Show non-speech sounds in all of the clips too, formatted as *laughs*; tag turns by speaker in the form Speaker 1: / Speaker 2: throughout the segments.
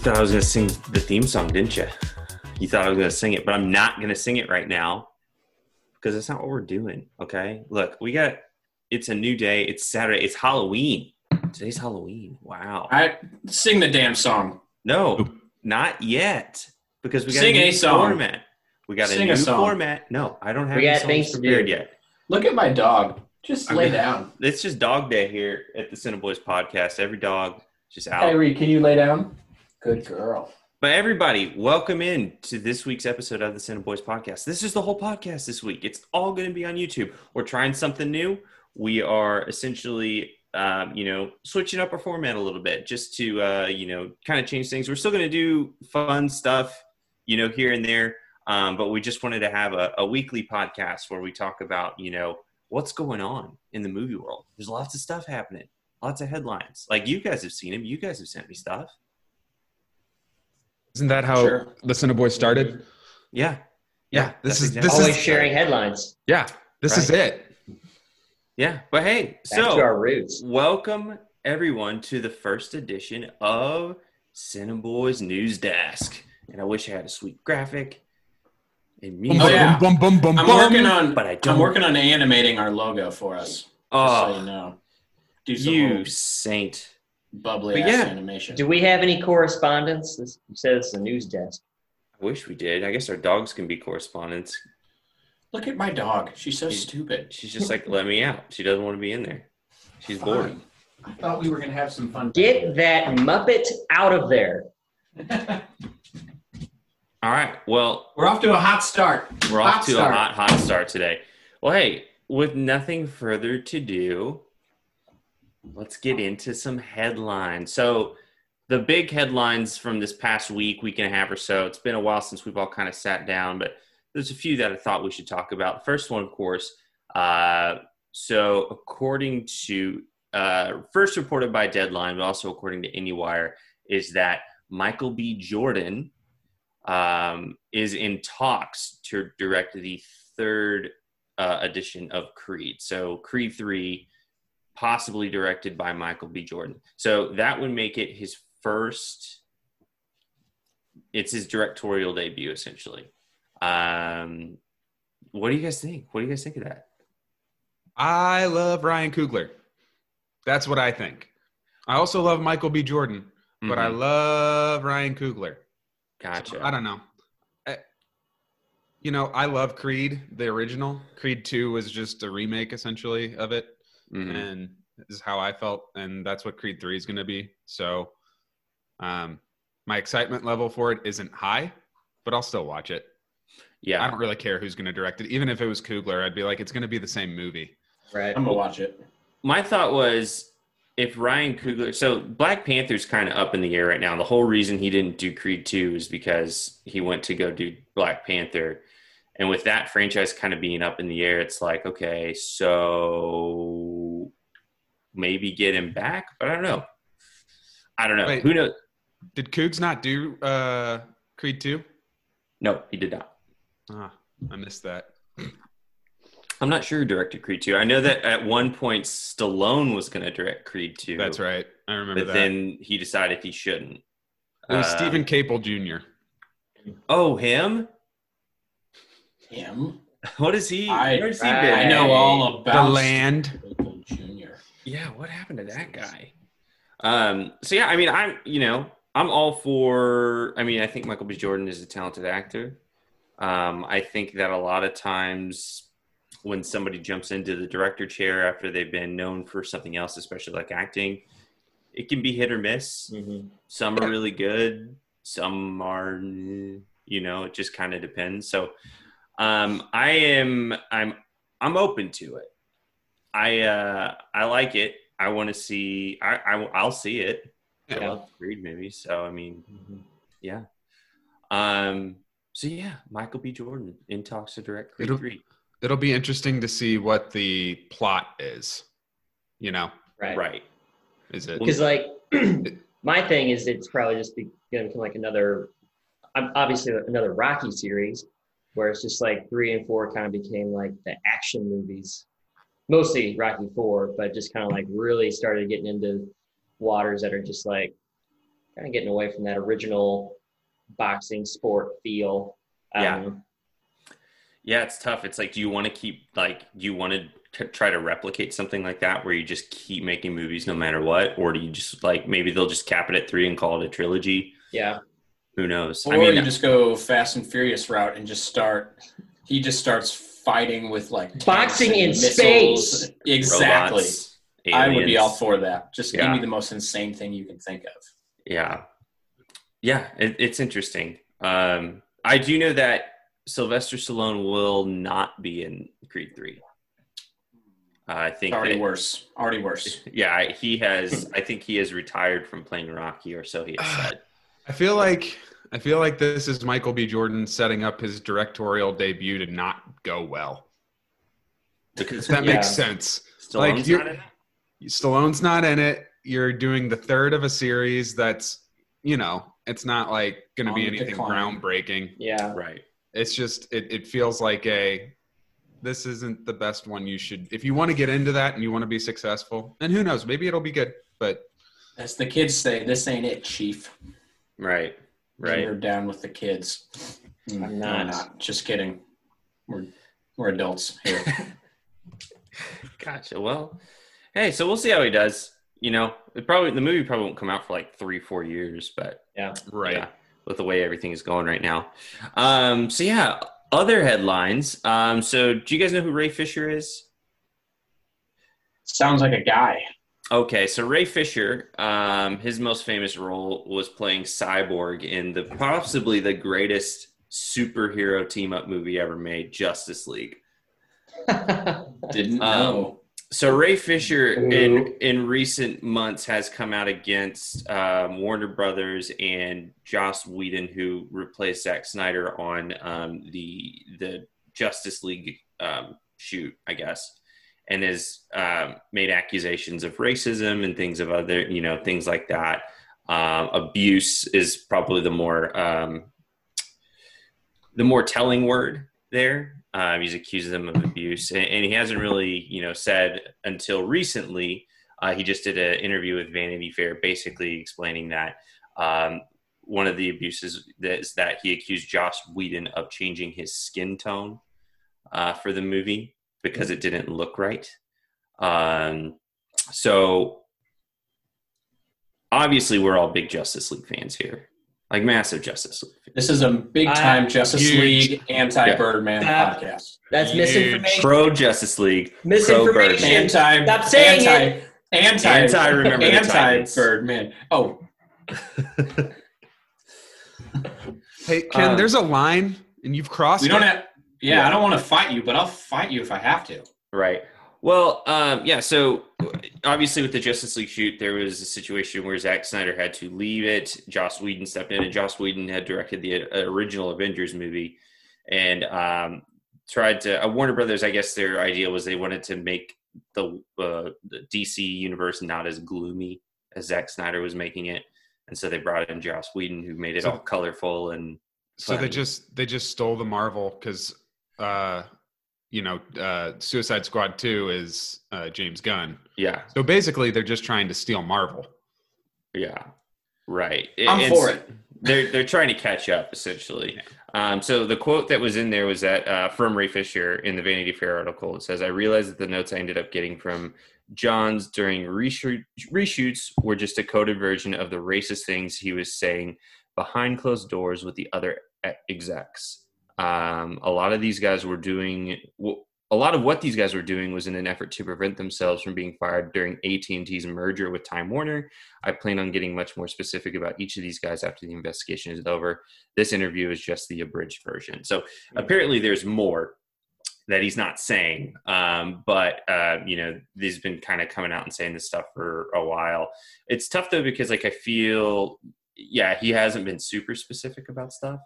Speaker 1: thought I was going to sing the theme song, didn't you? You thought I was going to sing it, but I'm not going to sing it right now because that's not what we're doing. Okay. Look, we got it's a new day. It's Saturday. It's Halloween. Today's Halloween. Wow.
Speaker 2: All right, sing the damn song.
Speaker 1: No, not yet because we got
Speaker 2: Sing
Speaker 1: a
Speaker 2: a
Speaker 1: new
Speaker 2: song.
Speaker 1: format. We got
Speaker 2: Sing
Speaker 1: a new
Speaker 2: a song.
Speaker 1: format. No, I don't have
Speaker 3: We
Speaker 1: any
Speaker 3: got
Speaker 1: songs
Speaker 3: things to do.
Speaker 1: prepared yet.
Speaker 2: Look at my dog. Just lay
Speaker 1: Okay.
Speaker 2: down.
Speaker 1: It's just dog day here at the Cineboys podcast. Every dog just out.
Speaker 2: Kyrie, can you lay down? Good girl.
Speaker 1: But everybody, welcome in to this week's episode of the Cinema Boys podcast. This is the whole podcast this week. It's all going to be on YouTube. We're trying something new. We are essentially, um, you know, switching up our format a little bit just to, uh, you know, kind of change things. We're still going to do fun stuff, you know, here and there. Um, but we just wanted to have a, a weekly podcast where we talk about, you know, what's going on in the movie world. There's lots of stuff happening, lots of headlines. Like you guys have seen them. You guys have sent me stuff.
Speaker 4: Isn't that how
Speaker 2: Sure.
Speaker 4: the Cineboy started?
Speaker 1: Yeah.
Speaker 4: Yeah, this
Speaker 1: that's
Speaker 4: is-
Speaker 1: exactly-
Speaker 4: this
Speaker 3: Always
Speaker 4: is-
Speaker 3: sharing headlines.
Speaker 4: Yeah, this is it.
Speaker 1: Yeah, but hey,
Speaker 3: Back
Speaker 1: so
Speaker 3: to our roots.
Speaker 1: welcome everyone to the first edition of Cineboys News Desk, and I wish I had a sweet graphic and music,
Speaker 2: Oh, yeah.
Speaker 4: Bum, bum, bum, bum,
Speaker 2: I'm
Speaker 4: bum.
Speaker 2: working on.
Speaker 1: but I don't.
Speaker 2: I'm working on animating our logo for us. Just so you
Speaker 1: Oh,
Speaker 2: know. Do some
Speaker 1: you saint!
Speaker 2: bubbly
Speaker 1: But
Speaker 2: ass
Speaker 1: yeah.
Speaker 2: animation.
Speaker 3: Do we have any correspondence? This, you said it's the news desk.
Speaker 1: I wish we did. I guess our dogs can be correspondents.
Speaker 2: Look at my dog. She's so
Speaker 1: Yeah.
Speaker 2: stupid.
Speaker 1: She's just like, let me out. She doesn't want to be in there. She's bored.
Speaker 2: Fine. I thought we were gonna have some fun.
Speaker 3: Get that Muppet out of there.
Speaker 1: All right. Well,
Speaker 2: we're off to a hot start.
Speaker 1: We're off
Speaker 2: Hot
Speaker 1: to
Speaker 2: start.
Speaker 1: a hot, hot start today. Well, hey, with nothing further to do, let's get into some headlines. So, the big headlines from this past week, week and a half or so, it's been a while since we've all kind of sat down, but there's a few that I thought we should talk about. First one, of course. Uh, so, according to uh, first reported by Deadline, but also according to IndieWire, is that Michael B. Jordan um, is in talks to direct the third uh, edition of Creed. So Creed three, possibly directed by Michael B. Jordan. So that would make it his first. It's his directorial debut, essentially. Um, what do you guys think? What do you guys think of that?
Speaker 4: I love Ryan Coogler. That's what I think. I also love Michael B. Jordan, but I
Speaker 1: Mhm.
Speaker 4: love Ryan Coogler. So,
Speaker 1: Mm-hmm. gotcha.
Speaker 4: I don't know. I- you know, I love Creed, the original. Creed 2 was just a remake, essentially, of it.
Speaker 1: Mhm.
Speaker 4: and this is how I felt, and that's what Creed Three is going to be. So, um, my excitement level for it isn't high, but I'll still watch it.
Speaker 1: Yeah,
Speaker 4: I don't really care who's going to direct it. Even if it was Coogler, I'd be like, it's going to be the same movie.
Speaker 3: Right.
Speaker 2: I'm gonna watch it.
Speaker 1: my thought was if Ryan Coogler, so Black Panther's kind of up in the air right now. The whole reason he didn't do Creed 2 is because he went to go do Black Panther. And with that franchise kind of being up in the air, it's like, okay, so maybe get him back, but I don't know. I don't know.
Speaker 4: Wait.
Speaker 1: Who knows?
Speaker 4: Did Coogs not do uh, Creed Two?
Speaker 1: No, he did not.
Speaker 4: Ah, I missed that.
Speaker 1: I'm not sure who directed Creed 2. I know that at one point Stallone was going to direct Creed 2.
Speaker 4: That's right. I remember
Speaker 1: But
Speaker 4: that.
Speaker 1: then he decided he shouldn't.
Speaker 4: it was
Speaker 1: uh,
Speaker 4: Stephen Caple Jr.
Speaker 1: Oh, him?
Speaker 2: Him.
Speaker 1: What is he?
Speaker 2: I-
Speaker 1: where's he been?
Speaker 3: I
Speaker 2: I know all
Speaker 4: The
Speaker 2: about
Speaker 4: Land.
Speaker 2: Stupid Junior.
Speaker 1: Yeah, what happened to that guy? Um, so yeah, I mean, I'm you know, I'm all for. I mean, I think Michael B. Jordan is a talented actor. Um, I think that a lot of times when somebody jumps into the director chair after they've been known for something else, especially like acting, it can be hit or miss.
Speaker 3: Mhm.
Speaker 1: Some are really good, some are, you know, it just kind of depends. So, um, I am, I'm, I'm open to it. I, uh, I like it. I want to see. I, I, I'll see it. I
Speaker 3: Yeah. Mm-hmm.
Speaker 1: love Creed movies, so I mean, yeah. Um. So yeah, Michael B. Jordan in talks to direct Creed
Speaker 4: It'll-
Speaker 1: three.
Speaker 4: It'll be interesting to see what the plot is. You know,
Speaker 3: Right.
Speaker 1: Right.
Speaker 4: is it?
Speaker 3: Because like *clears throat* my thing is, it's probably just be, gonna become like another, ob- obviously another Rocky series, where it's just like three and four kind of became like the action movies, mostly Rocky four, but just kind of like really started getting into waters that are just like kind of getting away from that original boxing sport feel. Um,
Speaker 1: Yeah. Yeah, it's tough. It's like, do you want to keep like, do you want to try to replicate something like that, where you just keep making movies no matter what, or do you just like maybe they'll just cap it at three and call it a trilogy?
Speaker 3: yeah.
Speaker 1: Who knows?
Speaker 2: Or
Speaker 1: I mean,
Speaker 2: you just go Fast and Furious route and just start. He just starts fighting with like tanks
Speaker 3: Boxing
Speaker 2: and
Speaker 3: in
Speaker 2: missiles.
Speaker 3: space.
Speaker 2: Exactly.
Speaker 1: robots,
Speaker 2: I would be
Speaker 1: aliens.
Speaker 2: all for that. Just give
Speaker 1: Yeah.
Speaker 2: me the most insane thing you can think of.
Speaker 1: Yeah, yeah, it, it's interesting. Um, I do know that Sylvester Stallone will not be in Creed Three. Uh, I think
Speaker 2: It's already
Speaker 1: that-
Speaker 2: worse. Already worse.
Speaker 1: Yeah, I- he has. I think he has retired from playing Rocky, or so he has said.
Speaker 4: I feel like I feel like this is Michael B. Jordan setting up his directorial debut to not go well.
Speaker 1: Because
Speaker 4: If that
Speaker 3: Yeah.
Speaker 4: makes sense.
Speaker 1: Stallone's
Speaker 4: you're-
Speaker 1: not in it?
Speaker 4: Stallone's not in it. You're doing the third of a series that's, you know, it's not like going to
Speaker 2: On
Speaker 4: be
Speaker 2: the
Speaker 4: anything
Speaker 2: decline.
Speaker 4: groundbreaking.
Speaker 3: Yeah.
Speaker 1: Right.
Speaker 4: It's just, it, it feels like a, this isn't the best one you should, if you want to get into that and you want to be successful, and who knows, maybe it'll be good, but
Speaker 2: As the kids say, this ain't it, Chief.
Speaker 1: Right.
Speaker 2: You're
Speaker 1: Right.
Speaker 2: down with the kids. Mm,
Speaker 3: I'm
Speaker 2: no,
Speaker 3: not.
Speaker 2: Just kidding. We're we're adults here.
Speaker 1: Gotcha. Well, hey, so we'll see how he does. You know, it probably the movie probably won't come out for like three, four years, but
Speaker 4: right.
Speaker 1: yeah, with the way everything is going right now. Um, so yeah, other headlines. Um, so do you guys know who Ray Fisher is?
Speaker 2: Sounds like a guy.
Speaker 1: Okay, so Ray Fisher, um, his most famous role was playing Cyborg in the possibly the greatest superhero team up movie ever made, Justice League.
Speaker 2: Didn't
Speaker 1: Um,
Speaker 2: know.
Speaker 1: So Ray Fisher in
Speaker 3: Hello.
Speaker 1: in recent months has come out against um, Warner Brothers and Joss Whedon, who replaced Zack Snyder on um, the the Justice League um, shoot, I guess, and has um, made accusations of racism and things of other you know things like that. Um, abuse is probably the more um, the more telling word there. Um, he's accused them of abuse, and, and he hasn't really, you know, said until recently. Uh, he just did an interview with Vanity Fair, basically explaining that um, one of the abuses that is that he accused Josh Whedon of changing his skin tone uh, for the movie because it didn't look right. Um, so obviously, we're all big Justice League fans here, like massive Justice League. Fans.
Speaker 2: This is a big time
Speaker 3: I-
Speaker 2: Justice
Speaker 4: Huge.
Speaker 2: League anti Birdman
Speaker 3: Yeah.
Speaker 2: podcast.
Speaker 3: *laughs* That's
Speaker 4: Huge.
Speaker 3: misinformation.
Speaker 1: Pro Justice League.
Speaker 3: Misinformation.
Speaker 2: Anti.
Speaker 3: Stop saying
Speaker 2: anti, Anti.
Speaker 1: Anti remember the
Speaker 2: Anti
Speaker 1: Titans.
Speaker 2: Birdman. Oh,
Speaker 4: Hey, Ken,
Speaker 1: Um,
Speaker 4: there's a line and you've crossed
Speaker 2: Uh, we don't
Speaker 4: it.
Speaker 2: have. Yeah, I don't want to fight you, but I'll fight you if I have to.
Speaker 1: Right. Well, um, yeah. So obviously, with the Justice League shoot, there was a situation where Zack Snyder had to leave it. Joss Whedon stepped in, and Joss Whedon had directed the uh, original Avengers movie, and um, tried to. Uh, Warner Brothers, I guess, their idea was they wanted to make the, uh, the DC universe not as gloomy as Zack Snyder was making it, and so they brought in Joss Whedon, who made it
Speaker 4: So-
Speaker 1: all colorful and
Speaker 4: So they
Speaker 1: Fine.
Speaker 4: just they just stole the Marvel because uh, you know uh, Suicide Squad two is uh, James Gunn.
Speaker 1: yeah,
Speaker 4: So basically, they're just trying to steal Marvel.
Speaker 1: yeah, right.
Speaker 2: I'm
Speaker 1: And
Speaker 2: for
Speaker 1: so-
Speaker 2: it.
Speaker 1: they're they're trying to catch up essentially. Um, so the quote that was in there was that uh, from Ray Fisher in the Vanity Fair article. It says, "I realized that the notes I ended up getting from Johns during reshoot, reshoots were just a coded version of the racist things he was saying behind closed doors with the other e- execs. Um, a lot of these guys were doing." w a lot of what these guys were doing was in an effort to prevent themselves from being fired during AT&T's merger with Time Warner, I plan on getting much more specific about each of these guys after the investigation is over. This interview is just the abridged version. So apparently, there's more that he's not saying, um, but uh, you know, he's been kind of coming out and saying this stuff for a while. It's tough though because like I feel, yeah, he hasn't been super specific about stuff,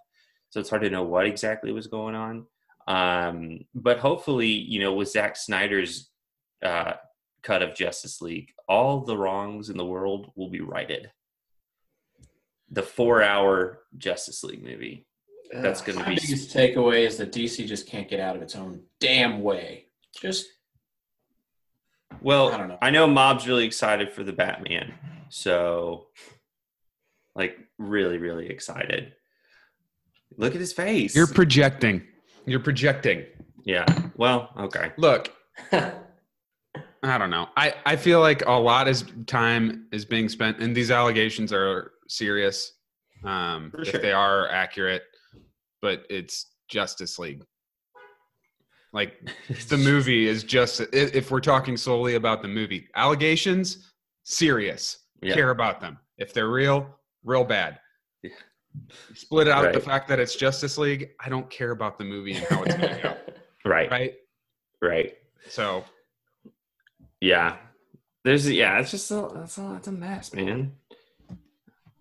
Speaker 1: so it's hard to know what exactly was going on. Um, but hopefully, you know, with Zack Snyder's uh, cut of Justice League, all the wrongs in the world will be righted. The four-hour Justice League movie. That's
Speaker 3: Ugh.
Speaker 1: going to
Speaker 2: My
Speaker 1: be *laughs*
Speaker 2: biggest takeaway is that DC just can't get out of its own damn way. Just
Speaker 1: well.
Speaker 2: I don't know.
Speaker 1: I know Mob's really excited for the Batman, so Like really, really excited. Look at his face.
Speaker 4: You're projecting. You're projecting.
Speaker 1: yeah. Well, okay.
Speaker 4: Look, I don't know. I, I feel like a lot is time is being spent, and these allegations are serious, um,
Speaker 1: For
Speaker 4: if
Speaker 1: sure.
Speaker 4: they are accurate. But it's Justice League.
Speaker 1: *laughs*
Speaker 4: Like the movie is just i- if we're talking solely about the movie allegations, serious.
Speaker 1: Yeah.
Speaker 4: Care about them if they're real, real bad. Split out the
Speaker 1: Right.
Speaker 4: fact that it's Justice League. I don't care about the movie and how it's going to
Speaker 1: *laughs*
Speaker 4: go.
Speaker 1: Right. Right.
Speaker 4: Right. So
Speaker 1: Yeah. There's yeah, it's just a that's a it's a mess, man.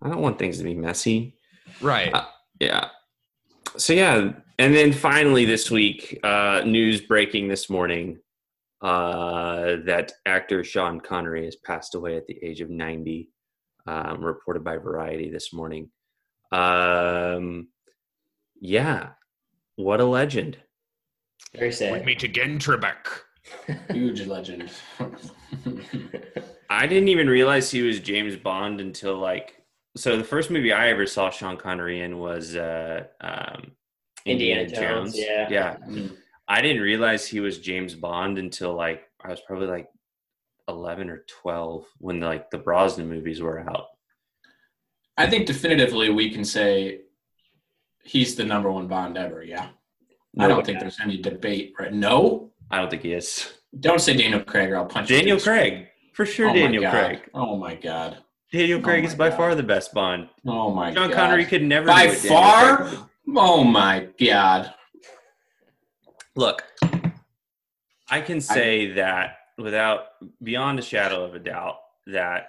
Speaker 1: I don't want things to be messy.
Speaker 4: right.
Speaker 1: Yeah. So yeah, and then finally this week, uh, news breaking this morning uh, that actor Sean Connery has passed away at the age of ninety, um, reported by Variety this morning. Um, yeah, what a legend!
Speaker 3: *laughs* Very sad.
Speaker 4: meet again, *laughs* Trebek.
Speaker 1: *laughs*
Speaker 2: Huge legend.
Speaker 1: I didn't even realize he was James Bond until like so the first movie I ever saw Sean Connery in was uh, um,
Speaker 3: Indiana Jones, yeah.
Speaker 1: yeah,
Speaker 2: Mm.
Speaker 1: I didn't realize he was James Bond until like I was probably like eleven or twelve when like the Brosnan movies were out.
Speaker 2: I think definitively we can say he's the number one Bond ever. Yeah. I don't think there's any debate, right? No.
Speaker 1: I don't think he is
Speaker 2: Don't say Daniel Craig or I'll punch you
Speaker 1: Daniel
Speaker 2: through the-
Speaker 1: Craig for sure.
Speaker 2: Oh my
Speaker 1: Daniel
Speaker 2: God.
Speaker 1: Craig.
Speaker 2: Oh my god.
Speaker 1: Daniel
Speaker 2: Oh
Speaker 1: Craig
Speaker 2: my
Speaker 1: is by
Speaker 2: God.
Speaker 1: far the best Bond.
Speaker 2: Oh my
Speaker 1: John
Speaker 2: god.
Speaker 1: Connery could never
Speaker 2: By
Speaker 1: do what Daniel
Speaker 2: far?
Speaker 1: Craig did.
Speaker 2: Oh my god.
Speaker 1: Look, I can say that without beyond a shadow of a doubt that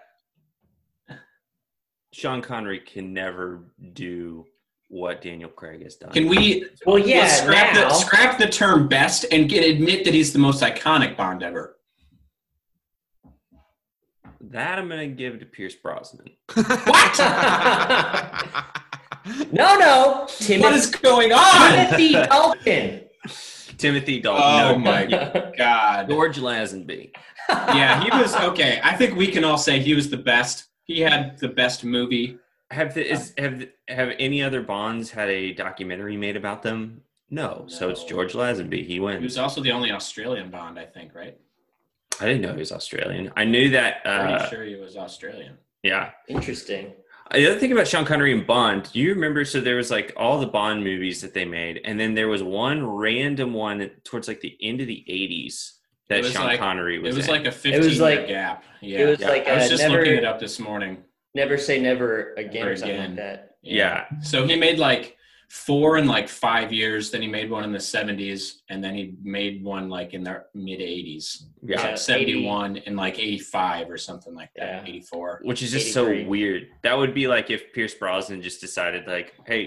Speaker 1: Sean Connery can never do what Daniel Craig has done.
Speaker 2: Can we
Speaker 3: Well, yeah,
Speaker 2: let's scrap
Speaker 3: now.
Speaker 2: the scrap the term best and get admit that he's the most iconic Bond ever?
Speaker 1: That I'm going to give to Pierce Brosnan.
Speaker 2: What?
Speaker 3: *laughs* no, no,
Speaker 2: what
Speaker 3: Timothy,
Speaker 2: is going on?
Speaker 3: Timothy Dalton.
Speaker 1: Timothy Dalton.
Speaker 2: Oh
Speaker 1: no,
Speaker 2: my god.
Speaker 1: George Lazenby.
Speaker 2: *laughs* Yeah, he was okay. I think we can all say he was the best. He had the best movie.
Speaker 1: Have the,
Speaker 2: *laughs*
Speaker 1: is, have have any other Bonds had a documentary made about them? No. So it's
Speaker 2: No.
Speaker 1: George Lazenby. He
Speaker 2: He
Speaker 1: wins.
Speaker 2: was also the only Australian Bond, I think, right?
Speaker 1: I didn't know he was Australian. I knew that.
Speaker 2: Pretty
Speaker 1: Uh,
Speaker 2: sure he was Australian.
Speaker 1: Yeah.
Speaker 3: Interesting.
Speaker 1: The other thing about Sean Connery and Bond, do you remember? So there was like all the Bond movies that they made, and then there was one random one towards like the end of the '80s
Speaker 2: It
Speaker 1: that
Speaker 2: was
Speaker 1: Sean
Speaker 2: like-
Speaker 1: Connery
Speaker 2: It
Speaker 1: was.
Speaker 2: was
Speaker 1: in.
Speaker 2: like a 15
Speaker 3: It was like-
Speaker 2: year gap. Yeah.
Speaker 3: It was
Speaker 1: Yeah,
Speaker 3: like
Speaker 2: I was
Speaker 3: uh,
Speaker 2: just looking it
Speaker 3: never,
Speaker 2: up this morning.
Speaker 3: never say never again or
Speaker 2: Never
Speaker 3: something
Speaker 2: again.
Speaker 3: like that.
Speaker 1: yeah,
Speaker 2: So he made like four in like five years. Then he made one in the 70s, and then he made one like in the mid 80s,
Speaker 1: yeah,
Speaker 3: Yeah.
Speaker 2: 71 and like 85 or something like that,
Speaker 3: Yeah.
Speaker 2: 84.
Speaker 1: which is just so
Speaker 3: 83.
Speaker 1: weird. That would be like if Pierce Brosnan just decided, like, "Hey,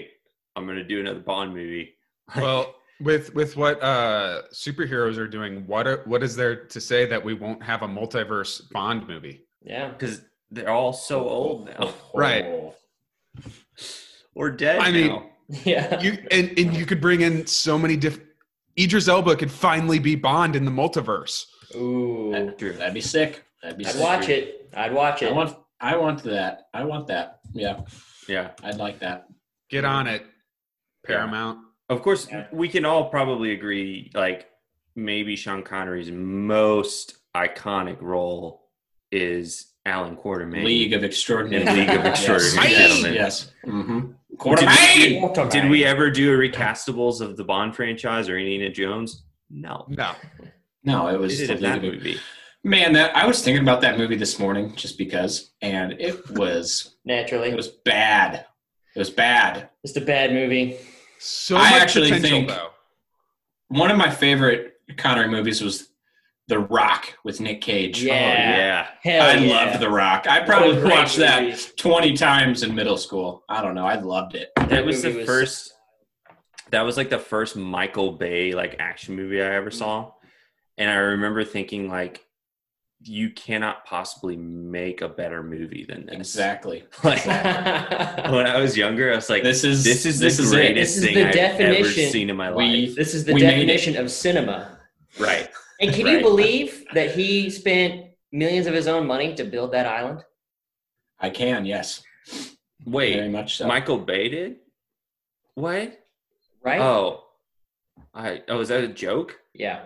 Speaker 1: I'm gonna do another Bond movie." *laughs*
Speaker 4: well, with with what uh, superheroes are doing, what are, what is there to say that we won't have a multiverse Bond movie?
Speaker 3: Yeah. *laughs*
Speaker 1: because they're all so old now
Speaker 4: Right.
Speaker 1: or dead.
Speaker 4: I mean-
Speaker 1: now.
Speaker 3: Yeah.
Speaker 4: You and, and you could bring in so many different. Idris Elba could finally be Bond in the multiverse.
Speaker 3: Ooh.
Speaker 1: True.
Speaker 2: That'd be sick. That'd be
Speaker 3: I'd
Speaker 2: sick.
Speaker 3: watch it. I'd watch
Speaker 2: I
Speaker 3: it.
Speaker 2: want, I want that. I want that. Yeah.
Speaker 1: yeah.
Speaker 2: I'd like that.
Speaker 4: Get on it, Paramount.
Speaker 1: Of course,
Speaker 3: Yeah.
Speaker 1: we can all probably agree, like, maybe Sean Connery's most iconic role is Alan Quartermain.
Speaker 2: League of Extraordinary.
Speaker 1: In League of
Speaker 2: Yes.
Speaker 1: Extraordinary
Speaker 2: yes.
Speaker 1: Gentlemen.
Speaker 2: Yes. Mm-hmm.
Speaker 1: Did
Speaker 2: Quartermain.
Speaker 1: Did we ever do a recastables of the Bond franchise or Indiana Jones? No.
Speaker 4: No,
Speaker 2: No, it
Speaker 1: They
Speaker 2: was
Speaker 1: did
Speaker 2: the
Speaker 1: it in that
Speaker 2: League of
Speaker 1: movie.
Speaker 2: Man, that I was thinking about that movie this morning just because, and it was it
Speaker 3: Naturally.
Speaker 2: was bad. It was bad.
Speaker 3: It's a bad movie.
Speaker 4: so
Speaker 2: I
Speaker 4: much
Speaker 2: actually
Speaker 4: potential
Speaker 2: think-
Speaker 4: though.
Speaker 2: One of my favorite Connery movies was The Rock with Nick Cage.
Speaker 1: Oh,
Speaker 3: Yeah.
Speaker 1: yeah.
Speaker 3: Hell
Speaker 2: I
Speaker 3: yeah.
Speaker 2: loved The Rock. I
Speaker 3: What
Speaker 2: probably
Speaker 3: a great
Speaker 2: watched that
Speaker 3: movie.
Speaker 2: 20 times in middle school. I don't know. I loved it.
Speaker 1: That was
Speaker 3: movie
Speaker 1: the
Speaker 3: was- *laughs*
Speaker 1: first. That was like the first Michael Bay like action movie I
Speaker 2: Mm.
Speaker 1: ever saw, and I remember thinking like, you cannot possibly make a better movie than this.
Speaker 2: Exactly.
Speaker 1: Like, *laughs* when I was younger, I was like, this,
Speaker 2: This is
Speaker 1: is the
Speaker 2: is it.
Speaker 1: greatest
Speaker 3: This is
Speaker 1: thing
Speaker 3: the
Speaker 1: I've ever
Speaker 3: definition.
Speaker 1: seen in my
Speaker 2: We-
Speaker 1: life.
Speaker 3: this is the
Speaker 2: We made it.
Speaker 3: definition of cinema.
Speaker 1: Right.
Speaker 3: And can
Speaker 1: Right.
Speaker 3: you believe that he spent millions of his own money to build that island?
Speaker 2: I can, yes. Very
Speaker 1: Wait,
Speaker 2: much so.
Speaker 1: Michael Bay did? What?
Speaker 3: right?
Speaker 1: Oh, I oh is that a joke?
Speaker 3: Yeah.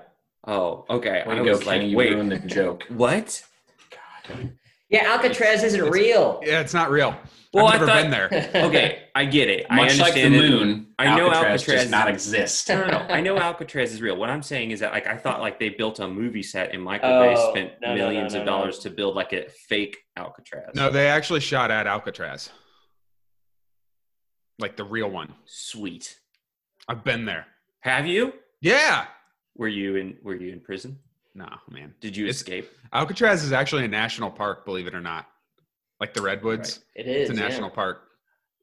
Speaker 1: Oh, okay.
Speaker 2: Way
Speaker 1: I
Speaker 2: to
Speaker 1: was
Speaker 2: go,
Speaker 1: like,
Speaker 2: Kenny, you
Speaker 1: wait,
Speaker 2: ruined the joke.
Speaker 1: what?
Speaker 2: God.
Speaker 3: Yeah, Alcatraz isn't
Speaker 4: it's-
Speaker 3: real.
Speaker 4: Yeah, it's not real.
Speaker 1: Well,
Speaker 4: I've
Speaker 1: I
Speaker 4: never
Speaker 1: thought-
Speaker 4: been there.
Speaker 3: *laughs*
Speaker 1: Okay, I get it. I
Speaker 2: Much like the
Speaker 1: understand it.
Speaker 2: moon,
Speaker 1: I know
Speaker 2: Alcatraz,
Speaker 1: Alcatraz-
Speaker 2: does not exist.
Speaker 1: No, no, no.
Speaker 2: *laughs*
Speaker 1: I know Alcatraz is real. What I'm saying is that like I thought like they built a movie set and Michael
Speaker 3: Oh,
Speaker 1: Bay spent
Speaker 3: no, no, no,
Speaker 1: millions
Speaker 3: no,
Speaker 1: of
Speaker 3: no.
Speaker 1: dollars to build like a fake Alcatraz.
Speaker 4: No, they actually shot at Alcatraz, like the real one.
Speaker 1: Sweet.
Speaker 4: I've been there.
Speaker 1: Have you?
Speaker 4: Yeah.
Speaker 1: Were you in were you in prison?
Speaker 4: Nah, man.
Speaker 1: Did you
Speaker 4: It's-
Speaker 1: escape?
Speaker 4: Alcatraz is actually a national park, believe it or not. Like the redwoods,
Speaker 3: It is.
Speaker 4: it's a
Speaker 3: yeah. *laughs*
Speaker 4: national park.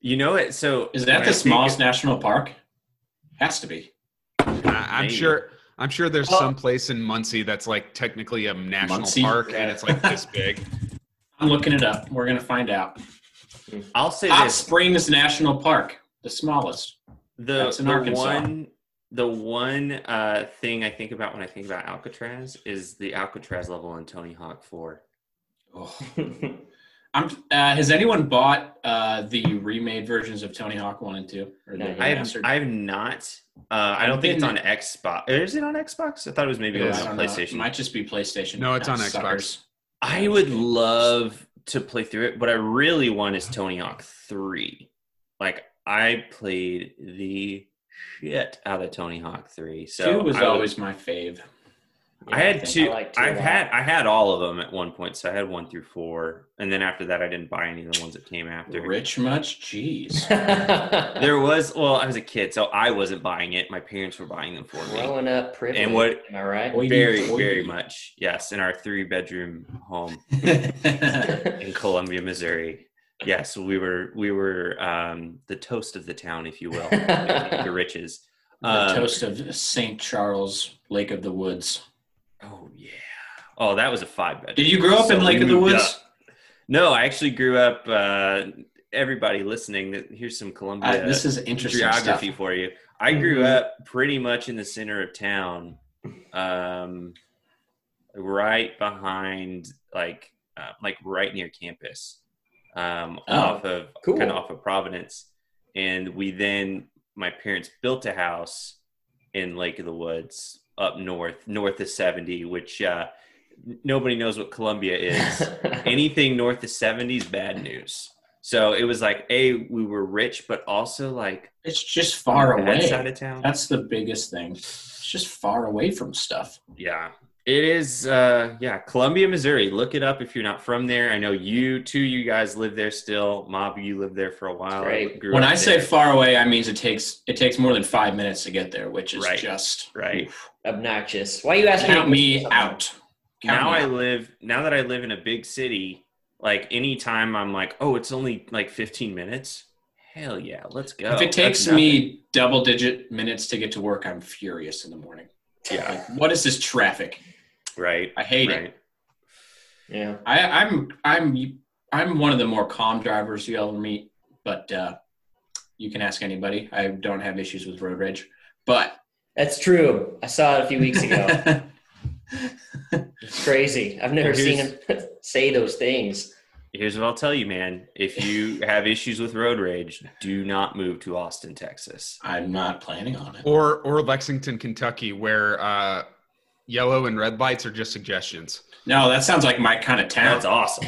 Speaker 1: You know it. So
Speaker 2: Is that
Speaker 1: when
Speaker 2: the
Speaker 1: I think-
Speaker 2: smallest national park? Has to be.
Speaker 4: I, I'm
Speaker 1: Maybe.
Speaker 4: sure. I'm sure there's
Speaker 3: Well-
Speaker 4: some place in Muncie that's like technically a national
Speaker 2: Muncie?
Speaker 4: park and
Speaker 3: Yeah.
Speaker 4: it's like this big.
Speaker 2: I'm looking it up. We're gonna find out.
Speaker 1: I'll say
Speaker 2: Hot
Speaker 1: this.
Speaker 2: Springs National Park, the smallest.
Speaker 1: The,
Speaker 2: That's in
Speaker 1: the
Speaker 2: Arkansas.
Speaker 1: one the one uh, thing I think about when I think about Alcatraz is the Alcatraz level in Tony Hawk 4.
Speaker 2: Oh. I'm, uh, has anyone bought uh, the remade versions of Tony Hawk One and Two? Or the
Speaker 3: No.
Speaker 1: I have
Speaker 2: remastered?
Speaker 1: I have not. Uh, I don't think it's on Xbox. Is it on Xbox? I thought it was maybe
Speaker 4: It
Speaker 1: on
Speaker 4: is.
Speaker 2: I don't know. It
Speaker 1: PlayStation.
Speaker 2: might just be PlayStation.
Speaker 4: No, it's
Speaker 2: Ah,
Speaker 4: on Xbox.
Speaker 2: suckers.
Speaker 1: I would love to play through it. What I really want is Tony Hawk 3. Like, I played the shit out of Tony Hawk 3. So
Speaker 2: Two was
Speaker 1: I would-
Speaker 2: always my fave.
Speaker 1: I had
Speaker 2: think
Speaker 1: two.
Speaker 3: I
Speaker 1: I
Speaker 3: like two
Speaker 1: have
Speaker 3: a lot.
Speaker 1: had I had all of them at one point, so I had one through four, and then after that, I didn't buy any of the ones that came after.
Speaker 2: Rich
Speaker 1: *laughs*
Speaker 2: much? Jeez.
Speaker 1: There was well, I was a kid, so I wasn't buying it. My parents were buying them for me,
Speaker 3: Growing up privilege.
Speaker 1: and what
Speaker 3: Am I right? *laughs*
Speaker 2: Oy,
Speaker 1: very
Speaker 2: oy.
Speaker 1: very much yes, in our three bedroom home in Columbia, Missouri. Yes, we were we were um, the toast of the town, if you
Speaker 2: *laughs*
Speaker 1: will, the riches.
Speaker 2: *laughs* the
Speaker 1: Um,
Speaker 2: toast of St. Charles, Lake of the Woods.
Speaker 1: Oh yeah. Oh, that was a five bedroom.
Speaker 2: Did you grow up
Speaker 1: So
Speaker 2: in
Speaker 1: we
Speaker 2: Lake of the
Speaker 1: moved
Speaker 2: Woods?
Speaker 1: up. No, I actually grew up. Uh, everybody listening, that- here's some Columbia
Speaker 2: Uh, this is interesting
Speaker 1: geography
Speaker 2: stuff. Mm-hmm.
Speaker 1: for you. I grew
Speaker 3: Mhm.
Speaker 1: up pretty much in the center of town, um, right behind, like, uh, like right near campus, um,
Speaker 2: Oh,
Speaker 1: off of
Speaker 3: cool.
Speaker 1: kind of off of Providence, and we then my parents built a house in Lake of the Woods up north, north of seventy, which uh, n- nobody knows what Columbia is
Speaker 2: *laughs*
Speaker 1: anything north of 70 is bad news. So it was like, A, we were rich, but also like
Speaker 2: It's just far
Speaker 1: on the bad side
Speaker 2: away.
Speaker 1: of town.
Speaker 2: That's the biggest thing. It's just far away from stuff.
Speaker 1: yeah. It is, uh, yeah, Columbia, Missouri. Look it up if you're not from there. I know you, two, you guys live there still. Mob, you lived there for a while.
Speaker 3: Right.
Speaker 1: grew
Speaker 2: when
Speaker 1: up
Speaker 2: I say
Speaker 1: there.
Speaker 2: far away, I means it takes it takes more than five minutes to get there, which is
Speaker 1: Right.
Speaker 2: just
Speaker 1: right
Speaker 3: Obnoxious. Why are you asking
Speaker 2: count me out. Count
Speaker 1: now,
Speaker 2: me
Speaker 1: I
Speaker 2: out.
Speaker 1: live, now that I live in a big city, like anytime I'm like, oh, it's only like 15 minutes. Hell yeah, let's go.
Speaker 2: if it
Speaker 1: That's
Speaker 2: takes
Speaker 1: nothing.
Speaker 2: me double digit minutes to get to work, I'm furious in the morning.
Speaker 1: yeah,
Speaker 2: Like, what is this traffic?
Speaker 1: right,
Speaker 2: I hate it.
Speaker 1: right.
Speaker 3: Yeah.
Speaker 2: I, I'm I'm I'm one of the more calm drivers you ever meet, but uh, you can ask anybody. I don't have issues with road rage, but *laughs*
Speaker 3: That's true. I saw it a few weeks ago. It's crazy. I've never
Speaker 1: Here's-
Speaker 3: seen him *laughs* say those things. *laughs*
Speaker 1: Here's what I'll tell you, man. If
Speaker 2: *laughs*
Speaker 1: you have issues with road rage, do not move to Austin, Texas.
Speaker 2: I'm not planning on it.
Speaker 4: Or or Lexington, Kentucky, where uh, yellow and red lights are just suggestions. *laughs*
Speaker 2: No, that sounds like my kind of town.
Speaker 1: That's awesome.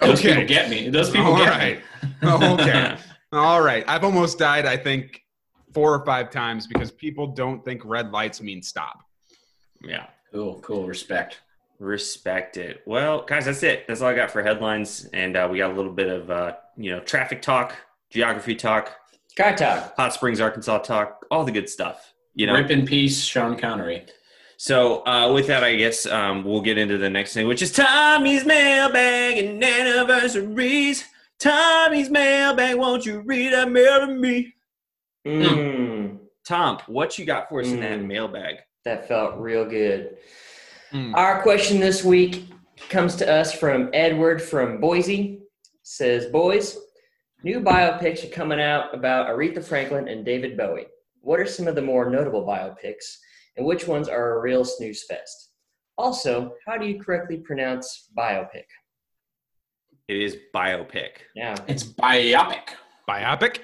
Speaker 2: Those
Speaker 4: Okay.
Speaker 2: people get me. Those people
Speaker 4: All
Speaker 2: get
Speaker 4: right.
Speaker 2: me.
Speaker 4: Oh, okay. All right. I've almost died, I think, four or five times because people don't think red lights mean stop.
Speaker 1: Yeah.
Speaker 2: Cool, cool. Respect.
Speaker 1: Respect it. Well, guys, that's it. That's all I got for headlines. And uh, we got a little bit of, uh, you know, traffic talk, geography talk,
Speaker 3: Car talk.
Speaker 1: Hot Springs, Arkansas talk, all the good stuff. You know,
Speaker 2: Rip in peace, Sean Connery.
Speaker 1: So uh, with that, I guess um, we'll get into the next thing, which is Tommy's mailbag and anniversaries. Tommy's mailbag, won't you read a mail to me?
Speaker 3: Mm,
Speaker 1: Tom, what you got for us in that
Speaker 3: Mm.
Speaker 1: mailbag?
Speaker 3: that felt real good.
Speaker 2: Hmm.
Speaker 4: Mm.
Speaker 3: Our question this week comes to us from Edward from Boise. Says, boys, new biopics are coming out about Aretha Franklin and David Bowie. What are some of the more notable biopics, and which ones are a real snooze fest? Also, how do you correctly pronounce biopic?
Speaker 1: It is biopic.
Speaker 3: Yeah.
Speaker 2: It's biopic.
Speaker 4: Biopic?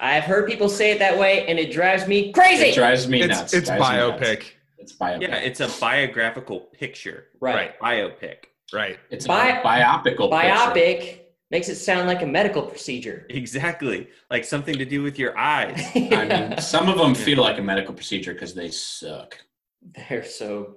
Speaker 3: I've heard people say it that way and it drives me crazy.
Speaker 2: It drives me
Speaker 4: It's,
Speaker 2: nuts.
Speaker 4: it's
Speaker 2: Drives me nuts.
Speaker 4: biopic.
Speaker 2: It's biopic.
Speaker 1: Yeah, it's a biographical picture.
Speaker 3: right.
Speaker 1: Biopic.
Speaker 4: Right.
Speaker 2: It's
Speaker 3: Bi-
Speaker 2: a biopical. picture.
Speaker 3: Biopic makes it sound like a medical procedure.
Speaker 1: Exactly. Like something to do with your eyes.
Speaker 3: *laughs*
Speaker 2: I mean, some of them feel like a medical procedure because they suck.
Speaker 3: They're so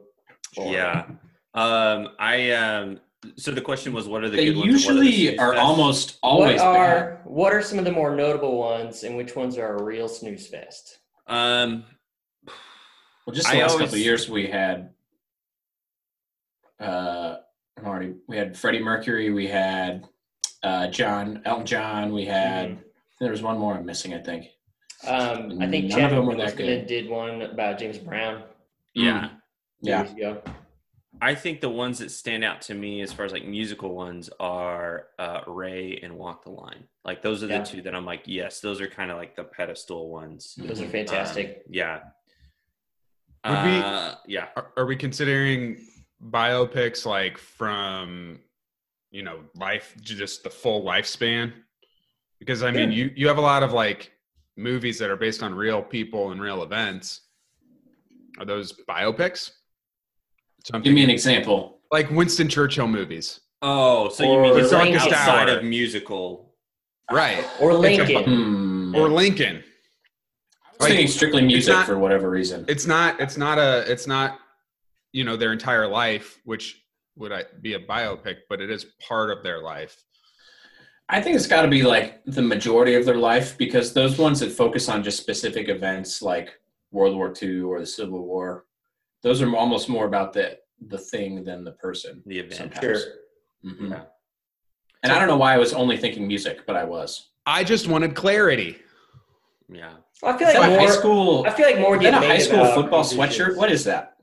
Speaker 3: boring.
Speaker 1: yeah. Um I um so the question was what are the
Speaker 2: They
Speaker 1: good ones and what the
Speaker 2: usually
Speaker 1: snooze
Speaker 2: are
Speaker 1: fests?
Speaker 2: almost always
Speaker 3: what are
Speaker 2: bad.
Speaker 3: what are some of the more notable ones and which ones are a real snooze fest?
Speaker 1: um
Speaker 2: Well, just the
Speaker 1: I
Speaker 2: last
Speaker 1: always-
Speaker 2: couple of years we had. Uh, I'm already. We had Freddie Mercury. We had uh, John Elton John. We had.
Speaker 1: Mm-hmm.
Speaker 2: There was one more I'm missing. I think.
Speaker 3: Um, I
Speaker 2: None
Speaker 3: think
Speaker 2: of
Speaker 3: Chad
Speaker 2: them were that
Speaker 3: Wilson
Speaker 2: good.
Speaker 3: did one about James Brown
Speaker 1: yeah.
Speaker 2: Mm. Yeah.
Speaker 3: years ago.
Speaker 1: I think the ones that stand out to me as far as like musical ones are uh Ray and Walk the Line. Like those are the
Speaker 3: Yeah.
Speaker 1: two that I'm like, yes, those are kind of like the pedestal ones.
Speaker 3: Those are
Speaker 2: Mhm.
Speaker 3: fantastic.
Speaker 1: Um, yeah.
Speaker 4: Would we-
Speaker 1: Uh, yeah.
Speaker 4: Are, are we considering biopics like from, you know, life, just the full lifespan? Because I mean, you, you have a lot of like movies that are based on real people and real events. Are those biopics?
Speaker 2: Give
Speaker 4: Something
Speaker 2: me an example.
Speaker 4: like Winston Churchill movies.
Speaker 1: Oh, so you
Speaker 3: Or
Speaker 1: mean
Speaker 3: His
Speaker 1: it's
Speaker 3: Darkest
Speaker 1: outside
Speaker 4: Hour.
Speaker 1: of musical?
Speaker 4: Right.
Speaker 3: Or
Speaker 4: It's a-
Speaker 3: Lincoln.
Speaker 2: Hmm.
Speaker 4: Or Lincoln.
Speaker 2: I was thinking strictly music
Speaker 4: not-
Speaker 2: for whatever reason.
Speaker 4: it's not it's not a it's not you know their entire life which would I, be a biopic but it is part of their life
Speaker 2: I think it's got to be like the majority of their life because those ones that focus on just specific events like World War II or the Civil War, those are almost more about the the thing than the person.
Speaker 1: The event.
Speaker 2: Sometimes.
Speaker 3: Sure.
Speaker 2: Mhm.
Speaker 1: Yeah.
Speaker 2: And I don't know why I was only thinking music, but I was.
Speaker 4: i just wanted clarity
Speaker 1: Yeah.
Speaker 3: I feel
Speaker 2: Is that
Speaker 3: like
Speaker 2: a
Speaker 3: more.
Speaker 2: high school?
Speaker 3: I feel like more
Speaker 2: Is that
Speaker 3: get
Speaker 2: a
Speaker 3: made
Speaker 2: high school
Speaker 3: about
Speaker 2: football
Speaker 3: musicians.
Speaker 2: sweatshirt? What is that,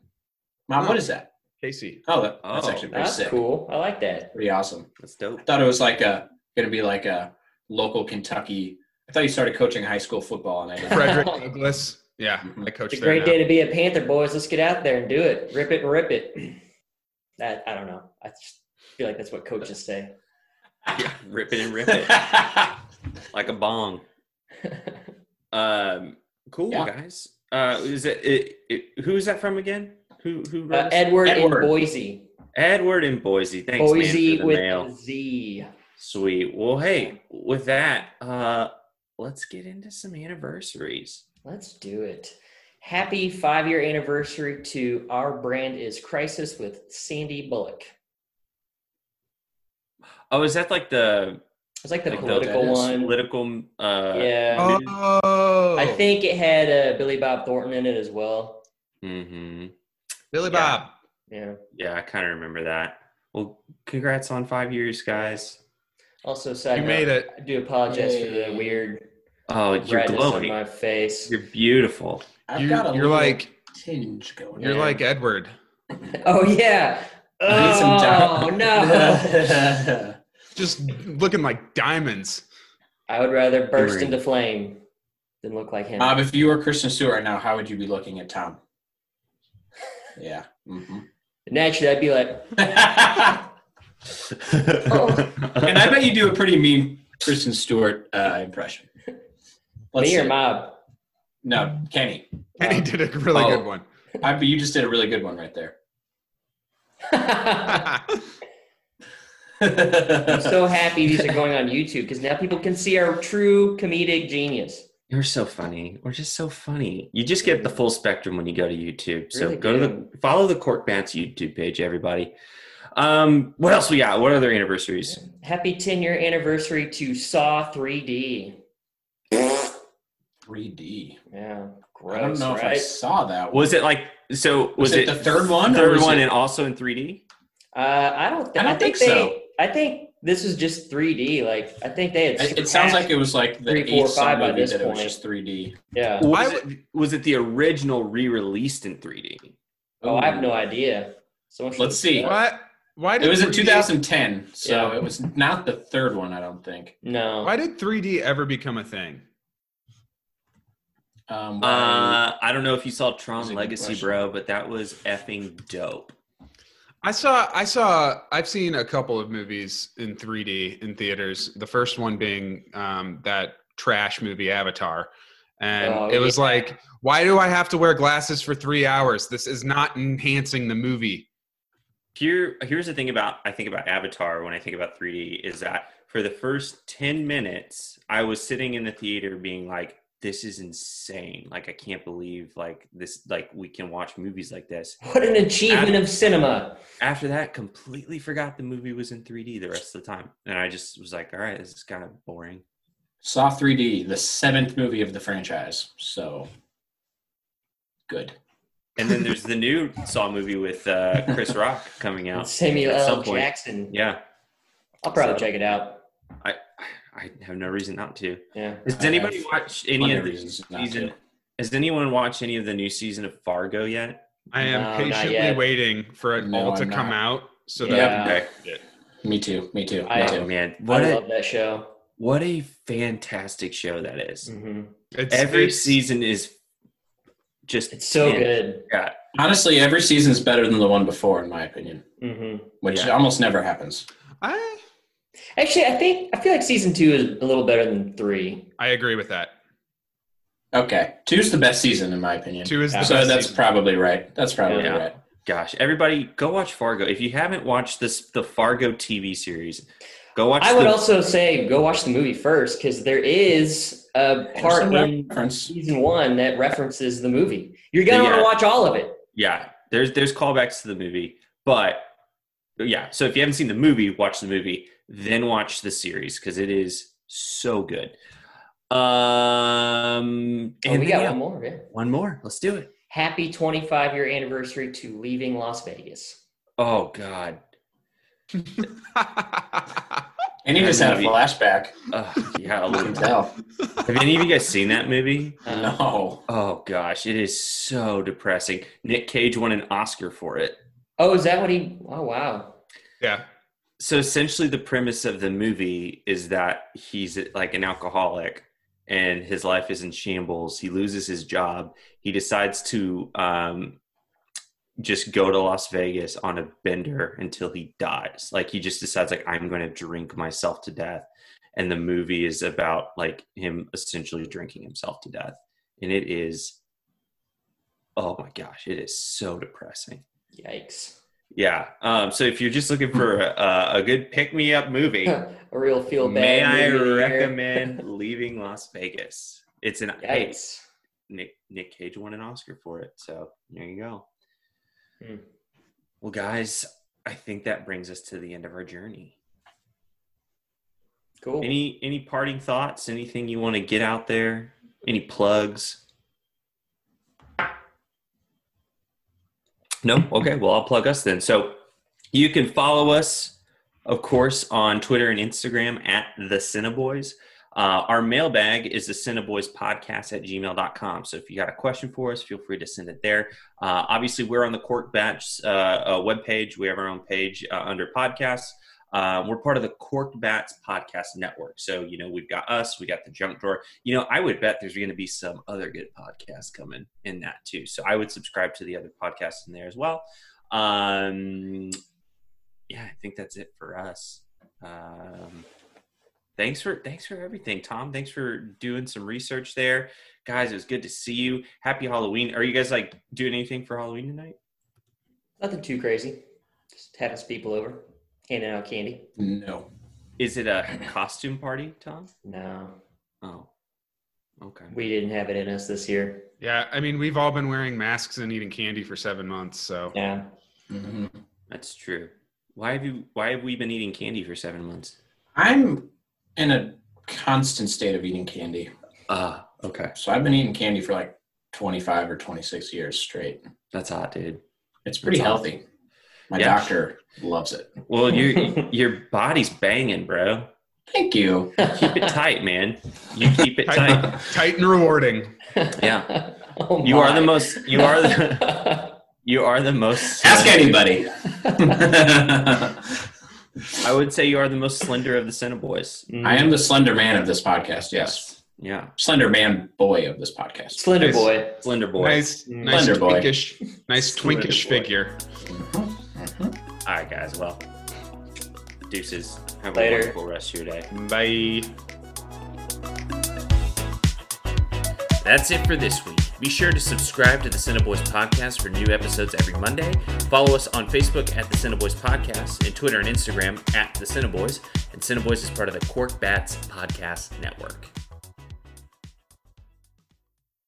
Speaker 2: Mom? What is that?
Speaker 4: casey
Speaker 2: Oh, that, that's
Speaker 1: Oh.
Speaker 2: actually pretty
Speaker 3: That's
Speaker 2: sick.
Speaker 3: cool. I like that.
Speaker 2: Pretty awesome.
Speaker 1: That's dope.
Speaker 2: I thought it was like a gonna be like a local Kentucky. I thought you started coaching high school football, and I
Speaker 3: *laughs*
Speaker 4: frederick douglass yeah
Speaker 2: Mm-hmm.
Speaker 4: i coach
Speaker 3: It's a
Speaker 4: there
Speaker 3: great
Speaker 4: now.
Speaker 3: day to be a Panther, boys. Let's get out there and do it. Rip it and rip it. That I don't know. I just feel like that's what coaches say.
Speaker 1: Yeah. *laughs* Rip it and rip it like a bong. Um, cool
Speaker 2: Yeah.
Speaker 1: guys. Uh, is it, it, it? Who is that from again? Who who? wrote
Speaker 3: Uh,
Speaker 1: us?
Speaker 3: Edward, in
Speaker 2: Edward.
Speaker 3: Boise.
Speaker 1: Edward in Boise. Thanks,
Speaker 3: Boise
Speaker 1: man, for the
Speaker 3: with
Speaker 1: mail.
Speaker 3: a Z.
Speaker 1: Sweet. Well, hey, with that, uh, let's get into some anniversaries.
Speaker 3: Let's do it. Happy five year anniversary to Our Brand is Crisis with Sandy Bullock.
Speaker 1: Oh, is that like the
Speaker 3: It's like the
Speaker 1: Like the-
Speaker 3: political
Speaker 2: that is
Speaker 3: one.
Speaker 1: political? Uh,
Speaker 3: yeah.
Speaker 4: oh
Speaker 3: I think it had uh, Billy Bob Thornton in it as well.
Speaker 1: hmm
Speaker 4: billy
Speaker 1: yeah.
Speaker 4: bob
Speaker 3: Yeah.
Speaker 1: Yeah, I kind of remember that. Well, congrats on five years, guys.
Speaker 3: Also, side
Speaker 4: you
Speaker 3: note,
Speaker 4: made it
Speaker 3: I do apologize for the
Speaker 2: Yay.
Speaker 3: weird
Speaker 1: Oh, you're
Speaker 3: redness on
Speaker 1: glowing.
Speaker 3: my face.
Speaker 1: You're beautiful.
Speaker 2: *laughs* I've
Speaker 4: you,
Speaker 2: got a
Speaker 4: are
Speaker 2: little
Speaker 4: like
Speaker 2: tinge going.
Speaker 4: you're
Speaker 3: Yeah.
Speaker 4: like edward
Speaker 3: *laughs* Oh yeah.
Speaker 2: I need some
Speaker 3: Oh
Speaker 2: time.
Speaker 3: no.
Speaker 1: *laughs*
Speaker 3: *laughs*
Speaker 2: *laughs*
Speaker 4: just looking like diamonds
Speaker 3: I would rather burst
Speaker 1: Agree.
Speaker 3: into flame than look like him.
Speaker 2: Bob, Um, if you were Kristen Stewart right now, how would you be looking at Tom? Yeah. *laughs* hmm
Speaker 3: Naturally, I'd be like,
Speaker 2: and
Speaker 3: Oh.
Speaker 1: *laughs* and
Speaker 2: I bet you do a pretty mean Kristen Stewart uh, impression. Let's
Speaker 3: me or
Speaker 2: see.
Speaker 3: Mob.
Speaker 2: No, Kenny.
Speaker 4: and he did a really
Speaker 2: Oh.
Speaker 4: good one *laughs*
Speaker 2: I, but you just did a really good one right there. *laughs*
Speaker 4: *laughs*
Speaker 3: *laughs* I'm so happy these are going on YouTube because now people can see our true comedic genius.
Speaker 1: You're so funny. We're just so funny. You just get the full spectrum when you go to YouTube. So
Speaker 3: Really
Speaker 1: go to
Speaker 3: do.
Speaker 1: the follow the Cork Bats YouTube page, everybody. Um, what else we got? What other anniversaries?
Speaker 3: Happy 10 year anniversary to Saw 3D.
Speaker 2: 3D.
Speaker 3: Yeah, gross.
Speaker 2: I don't know if I
Speaker 3: right?
Speaker 2: saw that. one.
Speaker 1: Was it like so? Was,
Speaker 2: Was it the third one, or
Speaker 1: Third
Speaker 2: was
Speaker 1: one,
Speaker 2: it-
Speaker 1: and also in 3D.
Speaker 3: Uh, I don't. Th-
Speaker 2: I
Speaker 3: I,
Speaker 2: don't
Speaker 3: think,
Speaker 2: think
Speaker 3: they.
Speaker 2: so.
Speaker 3: I think this is just 3D. Like I think they had.
Speaker 2: It, it sounds like it was like the
Speaker 3: Three,
Speaker 2: eighth
Speaker 3: four,
Speaker 2: Saw
Speaker 3: five by
Speaker 2: movie
Speaker 3: this
Speaker 2: that it was
Speaker 3: point.
Speaker 2: just 3D.
Speaker 3: Yeah.
Speaker 1: Was,
Speaker 4: I
Speaker 1: it, was it the original re-released in 3D?
Speaker 3: Oh, I have no idea. Someone should
Speaker 2: Let's
Speaker 3: look
Speaker 2: see.
Speaker 3: it up.
Speaker 4: what why did
Speaker 2: It was in
Speaker 4: 3D
Speaker 2: 2010, so
Speaker 3: Yeah.
Speaker 2: it was not the third one, I don't think.
Speaker 3: No.
Speaker 4: why did 3d ever become a thing
Speaker 2: Um,
Speaker 1: Uh, I don't know if you saw
Speaker 2: That's a
Speaker 1: Tron
Speaker 2: good
Speaker 1: Legacy,
Speaker 2: question.
Speaker 1: bro, but that was effing dope.
Speaker 4: I saw I saw I've seen a couple of movies in 3D in theaters. The first one being um, that trash movie Avatar. And
Speaker 3: Oh,
Speaker 4: it was
Speaker 3: yeah.
Speaker 4: like, why do I have to wear glasses for 3 hours? This is not enhancing the movie.
Speaker 1: Here, here's the thing about I think about Avatar when I think about 3D is that for the first 10 minutes, I was sitting in the theater being like, "This is insane! Like, I can't believe like this like we can watch movies like this."
Speaker 3: What an achievement of cinema.
Speaker 1: After that, completely forgot the movie was in 3D the rest of the time, and I just was like, "All right, this is kind of boring."
Speaker 2: Saw 3D, the seventh movie of the franchise. So good.
Speaker 1: And then there's the new Saw movie with uh, Chris Rock coming out.
Speaker 3: Samuel
Speaker 1: at
Speaker 3: L.
Speaker 1: some point.
Speaker 3: Jackson.
Speaker 1: Yeah,
Speaker 3: I'll probably check it out.
Speaker 1: I I have no reason not to.
Speaker 3: Yeah.
Speaker 1: Has
Speaker 2: I
Speaker 1: anybody
Speaker 2: have
Speaker 1: watched any
Speaker 2: Plenty
Speaker 1: of
Speaker 2: of
Speaker 1: the
Speaker 2: reasons not
Speaker 1: season?
Speaker 2: to.
Speaker 1: Has anyone watched any of the new season of Fargo yet?
Speaker 4: I am
Speaker 3: No, not
Speaker 4: patiently
Speaker 3: yet.
Speaker 4: waiting for it
Speaker 2: No,
Speaker 4: all to
Speaker 2: I'm
Speaker 4: come
Speaker 2: not.
Speaker 4: out so
Speaker 3: Yeah.
Speaker 4: that I can get it.
Speaker 2: Me too. Me too.
Speaker 3: I-
Speaker 2: me
Speaker 1: Oh
Speaker 2: too.
Speaker 1: man, what
Speaker 3: I
Speaker 1: a
Speaker 3: love that show.
Speaker 1: what a fantastic show that is.
Speaker 3: hmm
Speaker 4: It's,
Speaker 1: Every
Speaker 4: it's-
Speaker 1: season is just
Speaker 3: It's so
Speaker 1: man,
Speaker 3: good.
Speaker 1: Yeah,
Speaker 2: Honestly, every season's better than the one before, in my opinion,
Speaker 3: hmm
Speaker 2: which
Speaker 1: Yeah.
Speaker 2: almost never happens.
Speaker 4: I
Speaker 3: Actually, I think I feel like season two is a little better than three.
Speaker 4: I agree with that.
Speaker 2: Okay, two's the best season, in my opinion.
Speaker 4: Two is the
Speaker 2: so
Speaker 4: best
Speaker 2: that's
Speaker 4: season.
Speaker 2: probably right. That's probably
Speaker 1: Yeah.
Speaker 2: right.
Speaker 1: gosh, everybody, go watch Fargo. If you haven't watched this, the Fargo TV series, go watch.
Speaker 3: I would
Speaker 1: the,
Speaker 3: also say go watch the movie first because there is a part
Speaker 2: There's some
Speaker 3: in
Speaker 2: reference.
Speaker 3: season one that references the movie. You're gonna
Speaker 1: Yeah.
Speaker 3: want to watch all of it.
Speaker 1: yeah, there's there's callbacks to the movie, but yeah. So if you haven't seen the movie, watch the movie, then watch the series because it is so good. Um,
Speaker 3: Oh,
Speaker 1: and
Speaker 3: we
Speaker 1: then,
Speaker 3: got
Speaker 1: yeah,
Speaker 3: one more. Yeah.
Speaker 1: one more. Let's do it.
Speaker 3: Happy 25 year anniversary to leaving Las Vegas.
Speaker 1: Oh God.
Speaker 2: And he just had a
Speaker 1: Maybe.
Speaker 2: flashback.
Speaker 1: Ugh, yeah.
Speaker 2: You
Speaker 1: Have
Speaker 2: can tell.
Speaker 1: any of you guys seen that movie?
Speaker 3: Uh,
Speaker 2: *laughs* No.
Speaker 1: Oh gosh, it is so depressing. Nick Cage won an Oscar for it.
Speaker 3: Oh, is that what he? Oh, wow.
Speaker 4: *laughs* yeah.
Speaker 1: So essentially, the premise of the movie is that he's like an alcoholic and his life is in shambles. He loses his job. He decides to um, just go to Las Vegas on a bender until he dies. Like he just decides, like I'm going to drink myself to death. And the movie is about like him essentially drinking himself to death, and it is, oh my gosh, it is so depressing.
Speaker 3: Yikes. *laughs*
Speaker 1: Yeah. Um, so if you're just looking for a, a good pick me up movie,
Speaker 3: a real feel *laughs* bad.
Speaker 1: may I
Speaker 3: movie here. *laughs*
Speaker 1: recommend Leaving Las Vegas? It's an hey,
Speaker 3: Yikes.
Speaker 1: Nick Nick Cage won an Oscar for it, so there you go.
Speaker 3: Hmm.
Speaker 1: Well, guys, I think that brings us to the end of our journey.
Speaker 3: Cool.
Speaker 1: Any any parting thoughts? Anything you want to get out there? Any plugs? No? Okay, well, I'll plug us then. So you can follow us, of course, on Twitter and Instagram at the Cineboys. Uh, our mailbag is the Cineboys podcast at gmail.com. So if you got a question for us, feel free to send it there. Uh, obviously, we're on the Cork Batch uh, uh, webpage. We have our own page uh, under podcasts. Um, we're part of the Corked Bats podcast network. So, you know, we've got us, we got the junk drawer. You know, I would bet there's going to be some other good podcasts coming in that too. So I would subscribe to the other podcasts in there as well. Um, yeah, I think that's it for us. Um, thanks for thanks for everything, Tom. Thanks for doing some research there, guys. It was good to see you. Happy Halloween. Are you guys like doing anything for Halloween tonight?
Speaker 3: Nothing too crazy. Just having some people over, handing out candy.
Speaker 2: No.
Speaker 1: Is it a costume party, Tom?
Speaker 3: No,
Speaker 1: Oh, okay.
Speaker 3: we didn't have it in us this year.
Speaker 4: Yeah, I mean, we've all been wearing masks and eating candy for seven months, so
Speaker 3: Yeah.
Speaker 2: Mhm.
Speaker 1: That's true. Why have you? Why have we been eating candy for seven months?
Speaker 2: I'm in a constant state of eating candy.
Speaker 1: Ah, okay.
Speaker 2: So I've been eating candy for like 25 or 26 years straight.
Speaker 1: That's hot, dude.
Speaker 2: It's pretty
Speaker 1: That's
Speaker 2: healthy. My
Speaker 1: Yeah.
Speaker 2: doctor loves it.
Speaker 1: Well, your your body's banging, bro.
Speaker 2: Thank *laughs* you.
Speaker 1: Keep it tight, man. You keep it tight.
Speaker 4: tight and rewarding.
Speaker 1: Yeah.
Speaker 3: *laughs* Oh,
Speaker 1: You are the
Speaker 3: my.
Speaker 1: most. You are the.
Speaker 3: *laughs*
Speaker 1: *laughs* You are the most.
Speaker 2: *laughs* Ask anybody.
Speaker 1: I would say you are the most slender of the Cinnaboys.
Speaker 2: I am the slender man of this podcast. Yes.
Speaker 1: Yeah,
Speaker 2: Slender man boy of this podcast.
Speaker 3: Slender
Speaker 4: Nice.
Speaker 3: Boy.
Speaker 1: slender boy.
Speaker 4: Nice, nice
Speaker 2: Slender boy.
Speaker 4: twinkish, nice
Speaker 3: Slender
Speaker 4: twinkish
Speaker 3: boy.
Speaker 4: figure.
Speaker 2: Mhm. Mhm.
Speaker 1: All right, guys. Well, deuces. Have
Speaker 3: Later.
Speaker 1: a wonderful rest of your day.
Speaker 4: Bye.
Speaker 1: That's it for this week. Be sure to subscribe to the Cineboys Podcast for new episodes every Monday. Follow us on Facebook at the Cineboys Podcast and Twitter and Instagram at the Cineboys. And Cineboys is part of the Cork Bats Podcast Network.